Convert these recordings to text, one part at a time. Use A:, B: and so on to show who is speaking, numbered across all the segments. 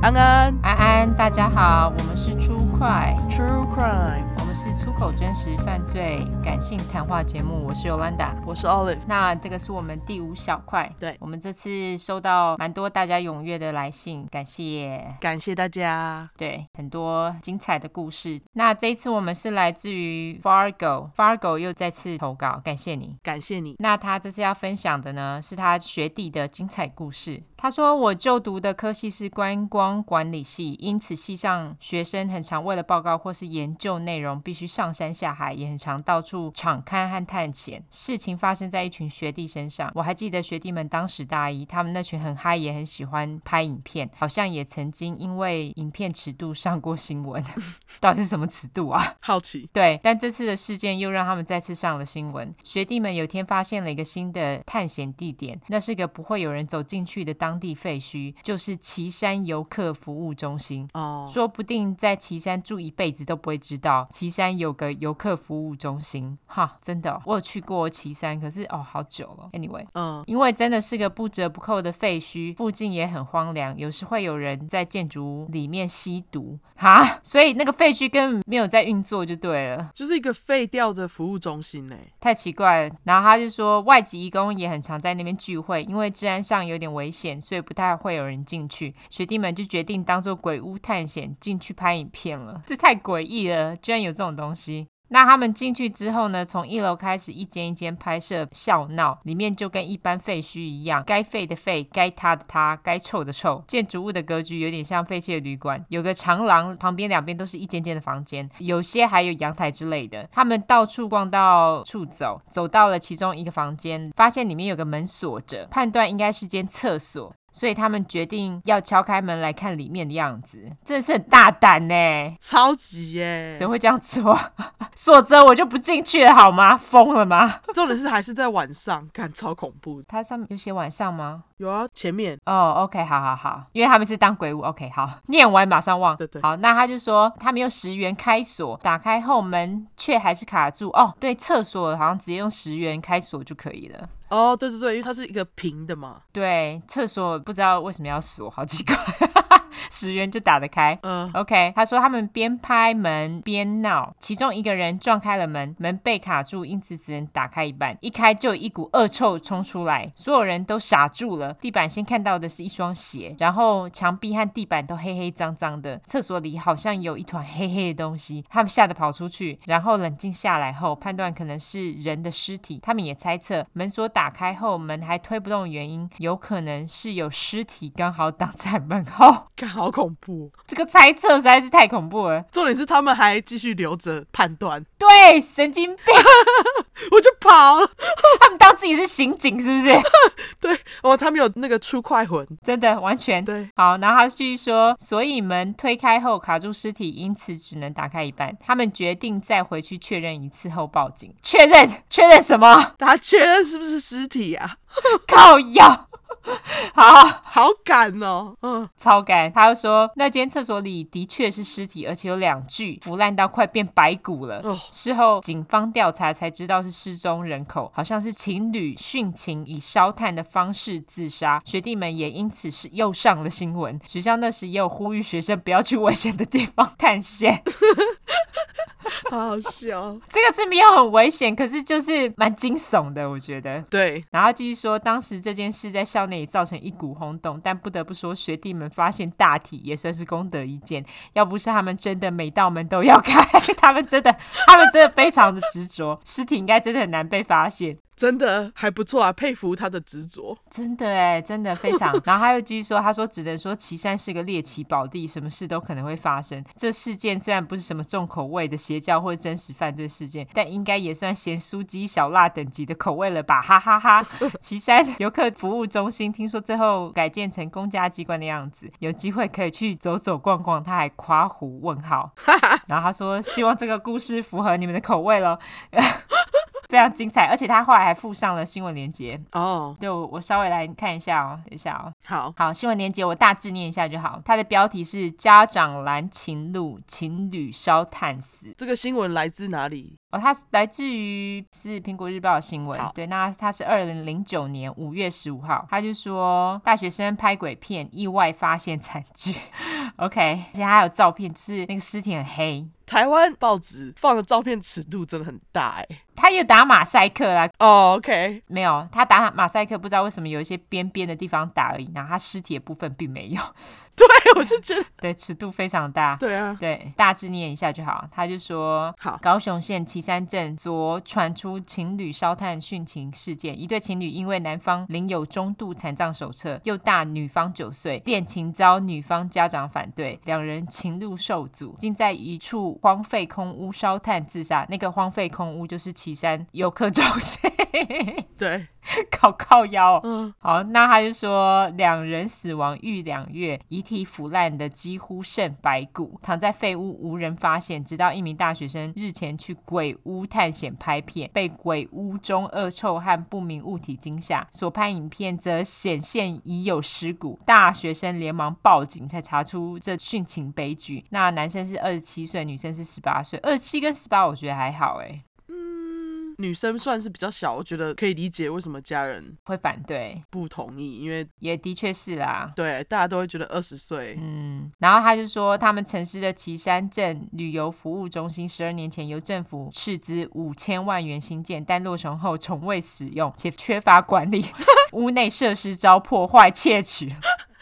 A: 安安
B: 安安，大家好，我们是出快，
A: ，True Crime，
B: 我们是出口真实犯罪感性谈话节目，我是 Yolanda。
A: 我是 Olive。
B: 那这个是我们第五小块，
A: 对
B: 我们这次收到蛮多大家踊跃的来信，感谢。
A: 感谢大家，
B: 对，很多精彩的故事。那这一次我们是来自于 Fargo，Fargo 又再次投稿，感谢你。
A: 感谢你。
B: 那他这次要分享的呢，是他学弟的精彩故事。他说：“我就读的科系是观光管理系，因此系上学生很常为了报告或是研究内容，必须上山下海，也很常到处敞勘和探险。事情发生在一群学弟身上，我还记得学弟们当时大一，他们那群很嗨，也很喜欢拍影片，好像也曾经因为影片尺度上过新闻。 到底是什么尺度啊？”
A: 好奇，
B: 对，但这次的事件又让他们再次上了新闻。学弟们有天发现了一个新的探险地点，那是个不会有人走进去的当地废墟，就是岐山游客服务中心。
A: 哦，
B: 说不定在岐山住一辈子都不会知道，岐山有个游客服务中心，哈，真的哦、我有去过岐山，可是哦，好久了。Anyway，
A: 嗯，
B: 因为真的是个不折不扣的废墟，附近也很荒凉，有时会有人在建筑物里面吸毒 哈，所以那个废墟根本没有在运作就对了，
A: 就是一个废掉的服务中心呢。欸
B: 太奇怪了。然后他就说，外籍义工也很常在那边聚会，因为治安上有点危险，所以不太会有人进去。学弟们就决定当做鬼屋探险进去拍影片了，这太诡异了，居然有这种东西。那他们进去之后呢，从一楼开始一间一间拍摄笑闹，里面就跟一般废墟一样，该废的废，该塌的塌，该臭的臭。建筑物的格局有点像废弃的旅馆，有个长廊，旁边两边都是一间间的房间，有些还有阳台之类的。他们到处逛到处走，走到了其中一个房间，发现里面有个门锁着，判断应该是间厕所。所以他们决定要敲开门来看里面的样子，真的是很大胆呢、
A: 超级耶
B: 谁！会这样做？ 锁着我就不进去了好吗？疯了吗？
A: 重点是还是在晚上，感超恐怖的。
B: 它上面有写晚上吗？
A: 有啊，前面
B: 哦、o k 好好好，因为他们是当鬼屋，OK，好，念完马上忘。
A: 对对
B: 好，那他就说他们用十元开锁，打开后门却还是卡住。哦，对，厕所好像直接用十元开锁就可以了。
A: 哦，对对对，因为它是一个平的嘛，
B: 对，厕所不知道为什么要锁，好奇怪， 十元就打得开。
A: 嗯，
B: OK，他说他们边拍门边闹，其中一个人撞开了门，门被卡住，因此只能打开一半。一开就有一股恶臭冲出来，所有人都傻住了。地板先看到的是一双鞋，然后墙壁和地板都黑黑脏脏的，厕所里好像有一团黑黑的东西。他们吓得跑出去，然后冷静下来后，判断可能是人的尸体。他们也猜测门锁打开后门还推不动的原因，有可能是有尸体刚好挡在门后。
A: 看好恐怖。
B: 这个猜测实在是太恐怖了。
A: 重点是他们还继续留着判断，
B: 对，神经病，
A: 我就跑了。
B: 他们当自己是刑警是不是？
A: 对，哦，他们有那个出快魂，
B: 真的完全。
A: 对，
B: 好，然后他继续说，所以门推开后卡住尸体，因此只能打开一半。他们决定再回去确认一次后报警。确认？确认 什么？
A: 大家确认是不是尸体啊？
B: 靠药。好，
A: 好赶哦，嗯，
B: 超感。他又说，那间厕所里的确是尸体，而且有两具腐烂到快变白骨了。
A: 哦，
B: 事后警方调查才知道是失踪人口，好像是情侣殉情以烧炭的方式自杀，学弟们也因此是又上了新闻。学校那时也有呼吁学生不要去危险的地方探险，
A: 好好笑。
B: 这个是没有很危险，可是就是蛮惊悚的，我觉得。
A: 对，
B: 然后继续说，当时这件事在校内也造成一股轰动，但不得不说，学弟们发现大体也算是功德一件。要不是他们真的每道门都要开， 他们真的，他们真的非常的执着，尸体应该真的很难被发现。
A: 真的还不错啊，佩服他的执着。
B: 真的哎，真的非常。然后他又继续说，他说只能说岐山是个猎奇宝地，什么事都可能会发生。这事件虽然不是什么重口味的邪教或真实犯罪事件，但应该也算咸酥鸡小辣等级的口味了吧，哈哈哈岐山游客服务中心听说最后改建成公家机关的样子，有机会可以去走走逛逛。他还夸胡问号，然后他说希望这个故事符合你们的口味咯。 非常精彩，而且他后来还附上了新闻链接。
A: 哦，
B: 对，我我稍微来看一下哦，等一下哦。
A: 好，
B: 好，新闻连接我大致念一下就好。它的标题是“家长拦情路，情侣烧炭死
A: 这个新闻来自哪里？”。
B: 哦，它是来自于是苹果日报的新闻
A: 好。
B: 对，那它是二零零九年五月十五号，他就说大学生拍鬼片，意外发现惨剧。 OK，而且还有照片，就是那个尸体很黑。
A: 台湾报纸放的照片尺度真的很大哎、
B: 他也打马赛克啦，
A: 哦，OK，
B: 没有，他打马赛克不知道为什么有一些边边的地方打而已，然后他尸体的部分并没有，
A: 对，我就觉得
B: 对，尺度非常大。
A: 对啊，
B: 对，大致念一下就好。他就说，
A: 好
B: 高雄县旗山镇昨传出情侣烧炭殉情事件，一对情侣因为男方领有中度残障手册，又大女方九岁，恋情遭女方家长反对，两人情路受阻，竟在一处荒废空屋烧炭自杀。那个荒废空屋就是旗山游客中心，
A: 对，
B: 搞靠腰、哦。
A: 嗯，
B: 好，那他就说两人死亡逾两月，遗体腐烂的几乎剩白骨，躺在废屋无人发现，直到一名大学生日前去鬼屋探险拍片，被鬼屋中恶臭和不明物体惊吓，所拍影片则显现已有尸骨，大学生连忙报警，才查出这殉情悲剧。那男生是二十七岁，女生是十八岁，二十七跟十八我觉得还好，哎，
A: 女生算是比较小，我觉得可以理解为什么家人
B: 会反对，
A: 不同意，因为
B: 也的确是啦，
A: 对大家都会觉得二十岁，
B: 嗯，然后他就说，他们城市的旗山镇旅游服务中心十二年前由政府斥资五千万元新建，但落成后从未使用，且缺乏管理， 屋内设施遭破坏窃取。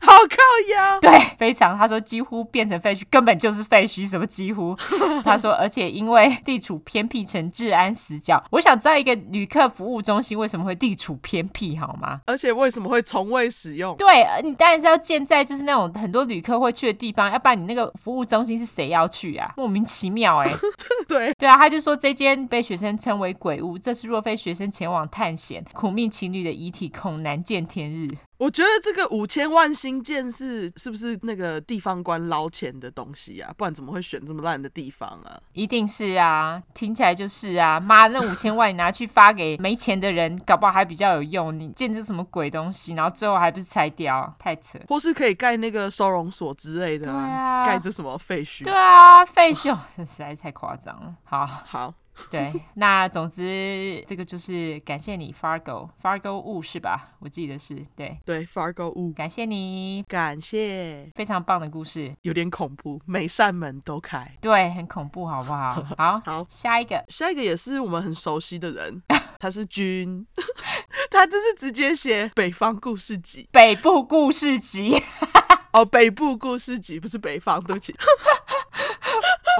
A: 好靠腰，
B: 对，非常。他说几乎变成废墟，根本就是废墟，什么几乎？他说，而且因为地处偏僻，成治安死角。我想知道一个旅客服务中心为什么会地处偏僻，好吗？
A: 而且为什么会从未使用？
B: 对，呃你当然是要建在就是那种很多旅客会去的地方，要不然你那个服务中心是谁要去啊？莫名其妙哎、
A: 对，
B: 对啊，他就说这间被学生称为鬼屋，这是若非学生前往探险，苦命情侣的遗体恐难见天日。
A: 我觉得这个五千万新建是是不是那个地方官捞钱的东西啊？不然怎么会选这么烂的地方啊？
B: 一定是啊，听起来就是啊，妈，那五千万你拿去发给没钱的人，搞不好还比较有用。你建这什么鬼东西，然后最后还不是拆掉，太扯。
A: 或是可以盖那个收容所之类的、
B: 对啊
A: 盖这什么废墟？
B: 对啊，废墟， 这实在是太夸张了。好，
A: 好，
B: 对，那总之这个就是感谢你，Fargo，Fargo 物是吧？我记得是对，
A: 对，Fargo 屋，
B: 感谢你，
A: 感谢，
B: 非常棒的故事，
A: 有点恐怖，每扇门都开。
B: 对，很恐怖，好不好？好，
A: 好
B: 下一个，
A: 下一个也是我们很熟悉的 人，他是君， 他这是直接写北方故事集
B: 北部故事集，
A: 哦，北部故事集不是北方，对不起，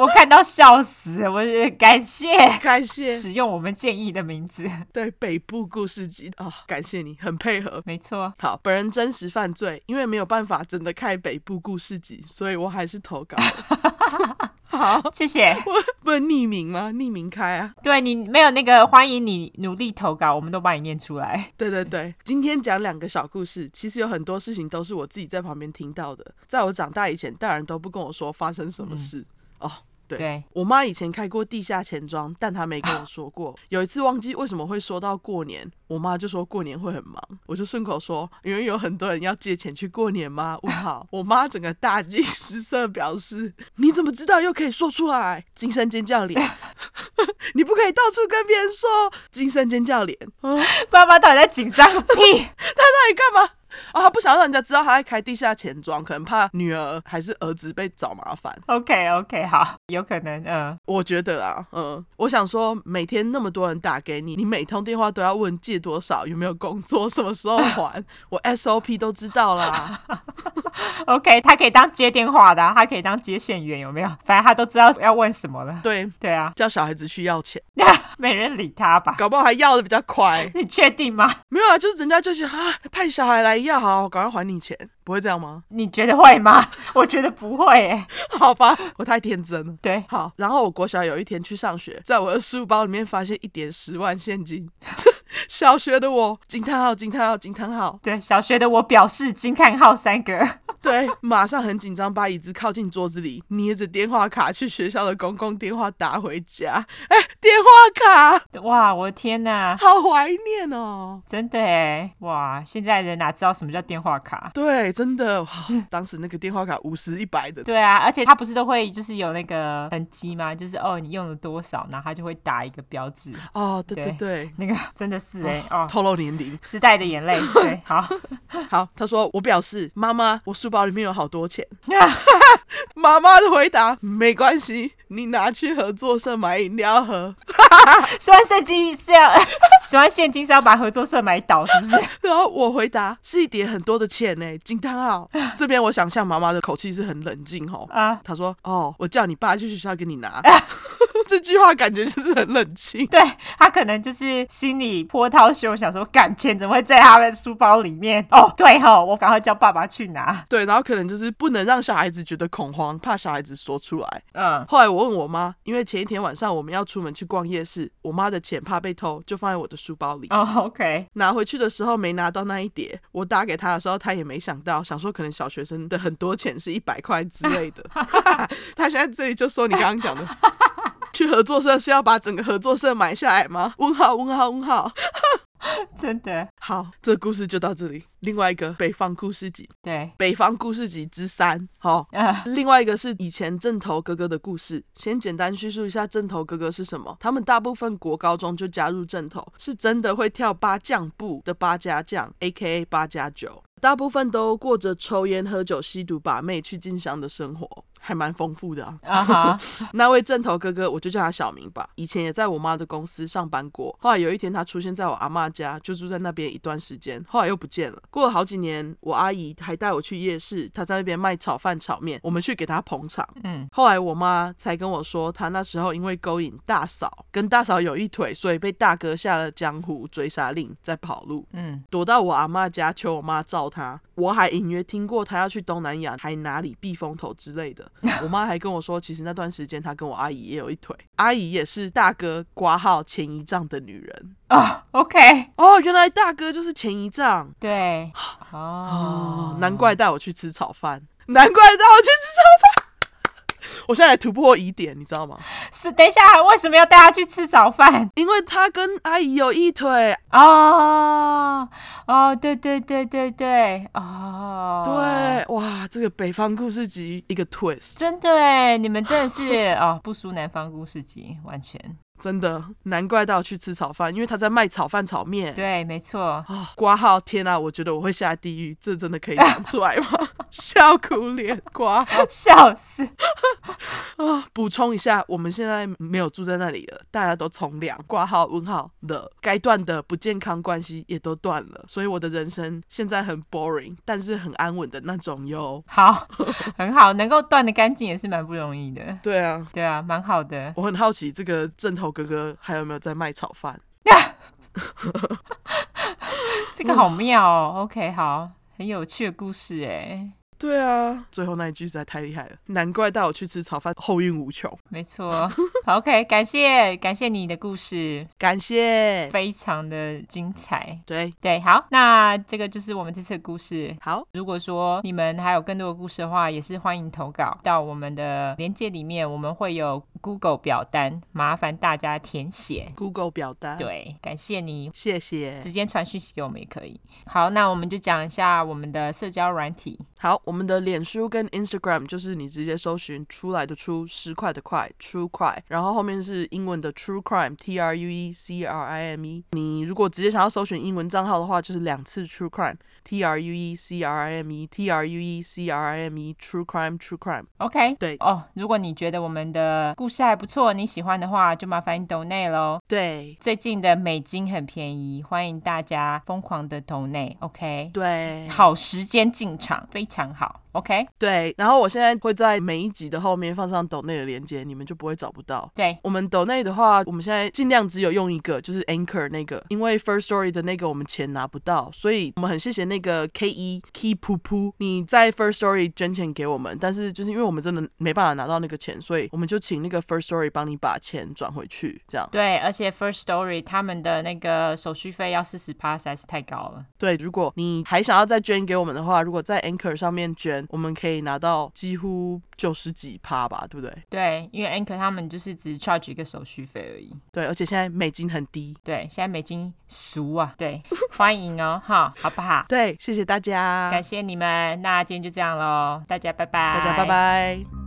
B: 我看到笑死，我是感谢
A: 感谢，
B: 使用我们建议的名字，
A: 对北部故事集啊、感谢你很配合。
B: 没错，
A: 好，本人真实犯罪，因为没有办法真的看北部故事集，所以我还是 投稿了。好，
B: 谢谢。
A: 我 不能匿名吗？匿名开啊！
B: 对你没有那个，欢迎你努力投稿，我们都帮你念出来。
A: 对对对，今天讲两个小故事，其实有很多事情都是我自己在旁边听到的，在我长大以前，大人都不跟我说发生什么事、哦。对
B: 对，
A: 我妈以前开过地下钱庄，但她没跟我说过。有一次忘记为什么会说到过年，我妈就说过年会很忙，我就顺口说，因为有很多人要借钱去过年吗？问号。我妈整个大惊失色，表示你怎么知道又可以说出来？惊声尖叫脸， 你不可以到处跟别人说，惊声尖叫脸。啊
B: 爸妈到底在紧张个屁？
A: 那你干嘛？啊、他不想让人家知道他在开地下钱庄，可能怕女儿还是儿子被找麻烦。
B: OK OK，好，有可能，嗯、
A: 我觉得啦，嗯，我想说，每天那么多人打给你，你每通电话都要问借多少，有没有工作，什么时候还，我 SOP 都知道啦。
B: OK，他可以当接电话的啊、他可以当接线员，有没有？反正他都知道要问什么了。
A: 对，
B: 对啊，
A: 叫小孩子去要钱，
B: 没人理他吧？
A: 搞不好还要的比较快。
B: 你确定吗？
A: 没有啊，就是人家就是啊，派小孩来要，好，我赶快还你钱，不会这样吗？
B: 你觉得会吗？ 我觉得不会诶、
A: 好吧，我太天真了。
B: 对，
A: 好，然后我国小有一天去上学，在我的书包里面发现一点十万现金。 小学的我，惊叹号，惊叹号，惊叹号！
B: 对，小学的我表示惊叹号三个。
A: 对，马上很紧张，把椅子靠近桌子里，捏着电话卡去学校的公共电话打回家。哎，电话卡，
B: 哇，我的天哪！
A: 好怀念哦！
B: 真的诶，哇！现在人哪知道什么叫电话卡？
A: 对，真的，哇当时那个电话卡五十、一百的，
B: 对啊，而且他不是都会就是有那个痕迹吗？就是哦，你用了多少，然后他就会打一个标志。
A: 哦，对对
B: 对
A: 对，
B: 那个真的是诶，哦，
A: 透露年龄。
B: 时代的眼泪。对，好，
A: 好，他说我表示妈妈，我书包包里面有好多钱。妈妈的回答：没关系，你拿去合作社买饮料喝。
B: 喜欢现金是要 喜欢现金是要把合作社买倒，是不是？
A: 然后我回答：是一叠很多的钱呢、惊叹号！这边我想象妈妈的口气是很冷静哦。
B: 啊，
A: 她说：哦，我叫你爸去学校给你拿。 这句话感觉就是很冷清。
B: 对他可能就是心里波涛汹涌，想说，感钱怎么会在他的书包里面？哦，对吼、我赶快叫爸爸去拿。
A: 对，然后可能就是不能让小孩子觉得恐慌，怕小孩子说出来。
B: 嗯，
A: 后来我问我妈，因为前一天晚上我们要出门去逛夜市，我妈的钱怕被偷，就放在我的书包里。
B: 哦，OK，
A: 拿回去的时候没拿到那一叠，我打给她的时候，她也没想到，想说可能小学生的很多钱是一百块之类的。她现在这里就说你刚刚讲的。去合作社是要把整个合作社买下来吗？问号问号问号。
B: 真的，
A: 好，这个故事就到这里。另外一个北方故事集，
B: 对，
A: 北方故事集之三。好、
B: 啊，
A: 另外一个是以前正头哥哥的故事，先简单叙述一下正头哥哥是什么。他们大部分国高中就加入正头，是真的会跳八将步的八家将 （A.K.A. 八加九），大部分都过着抽烟、喝酒、吸毒、把妹、去进香的生活，还蛮丰富的啊。
B: 啊哈，
A: 那位正头哥哥，我就叫他小明吧。以前也在我妈的公司上班过，后来有一天他出现在我阿妈家，就住在那边一段时间，后来又不见了。过了好几年，我阿姨还带我去夜市，她在那边卖炒饭、炒面，我们去给她捧场。
B: 嗯，
A: 后来我妈才跟我说，她那时候因为勾引大嫂，跟大嫂有一腿，所以被大哥下了江湖追杀令，在跑路。
B: 嗯，
A: 躲到我阿妈家求我妈照她。我还隐约听过她要去东南亚，还哪里避风头之类的。我妈还跟我说，其实那段时间她跟我阿姨也有一腿，阿姨也是大哥挂号前一仗的女人。
B: 哦，OK，
A: 哦，原来大哥就是前一仗
B: 对，
A: 哦
B: 哦，，
A: 难怪带我去吃炒饭，难怪带我去吃炒饭。我 现在突破疑点，你知道吗？
B: 是等一下，为什么要带他去吃早饭？
A: 因为她跟阿姨有一腿，
B: 哦，哦，对对对对对，哦，
A: 对，哇，这个北方故事集一个 twist。
B: 真的哎，你们真的是哦，不输南方故事集，完全
A: 真的，难怪到去吃炒饭，因为他在卖炒饭炒面。
B: 对，没错。
A: 啊，挂号！天啊，我觉得我会下地狱，这真的可以讲出来吗？, 笑哭脸挂号
B: 笑死！
A: 啊！补充一下，我们现在没有住在那里了，大家都从良。挂号问号了，该断的不健康关系也都断了，所以我的人生现在很 boring，但是很安稳的那种哟。
B: 好，很好，能够断的干净也是蛮不容易的。
A: 对啊，
B: 对啊，蛮好的。
A: 我很好奇这个正头哥哥还有没有在卖炒饭？
B: 这个好妙哦。OK，好，很有趣的故事哎。
A: 对啊，最后那一句实在太厉害了，难怪带我去吃炒饭后运无穷。
B: 没错好，OK，感谢感谢你的故事，
A: 感谢。
B: 非常的精彩。
A: 对，
B: 对，好，那这个就是我们这次的故事。
A: 好，
B: 如果说你们还有更多的故事的话，也是欢迎投稿到我们的链接里面，我们会有 Google 表单，麻烦大家填写。
A: Google 表单，，
B: 对，感谢你
A: 谢谢
B: 直。接传讯息给我们也可以。好，那我们就讲一下我们的社交软体。
A: 好，我们的脸书跟 Instagram 就是你直接搜寻出来的出十块的块 True Crime，然后后面是英文的 True Crime，T R U E C R I M E。你如果直接想要搜寻英文账号的话，就是两次 True Crime，T R U E C R I M E，T R U E C R I M E，True Crime，True Crime。
B: OK，
A: 对
B: 哦，如果你觉得我们的故事还不错，你喜欢的话，就麻烦你抖内喽。
A: 对
B: 最近的美金很便宜，欢迎大家疯狂的抖内。OK，
A: 嗯对，
B: 好时间进场，非常好。OK，
A: 对。然后我现在会在每一集的后面放上抖内的链接，你们就不会找不到。
B: 对，
A: 我们抖内的话，我们现在尽量只有用一个，就是 Anchor 那个，因为 First Story 的那个我们钱拿不到，所以我们很谢谢那个 K 一 K 噗噗，你在 First Story 捐钱给我们，但是就是因为我们真的没办法拿到那个钱，所以我们就请那个 First Story 帮你把钱转回去，这样。
B: 对，而且 First Story 他们的那个手续费要四十趴，实在是太高了。
A: 对，如果你还想要再捐给我们的话，如果在 Anchor 上面捐，我们可以拿到几乎九十几趴吧，对不对？
B: 对，因为 Anchor 他们就是只 charge 一个手续费而已。
A: 对，而且现在美金很低。
B: 对，现在美金俗啊，对，欢迎哦，哈，好不 好？
A: 对，谢谢大家，
B: 感谢你们，那今天就这样喽，大家拜拜，
A: 大家拜。拜。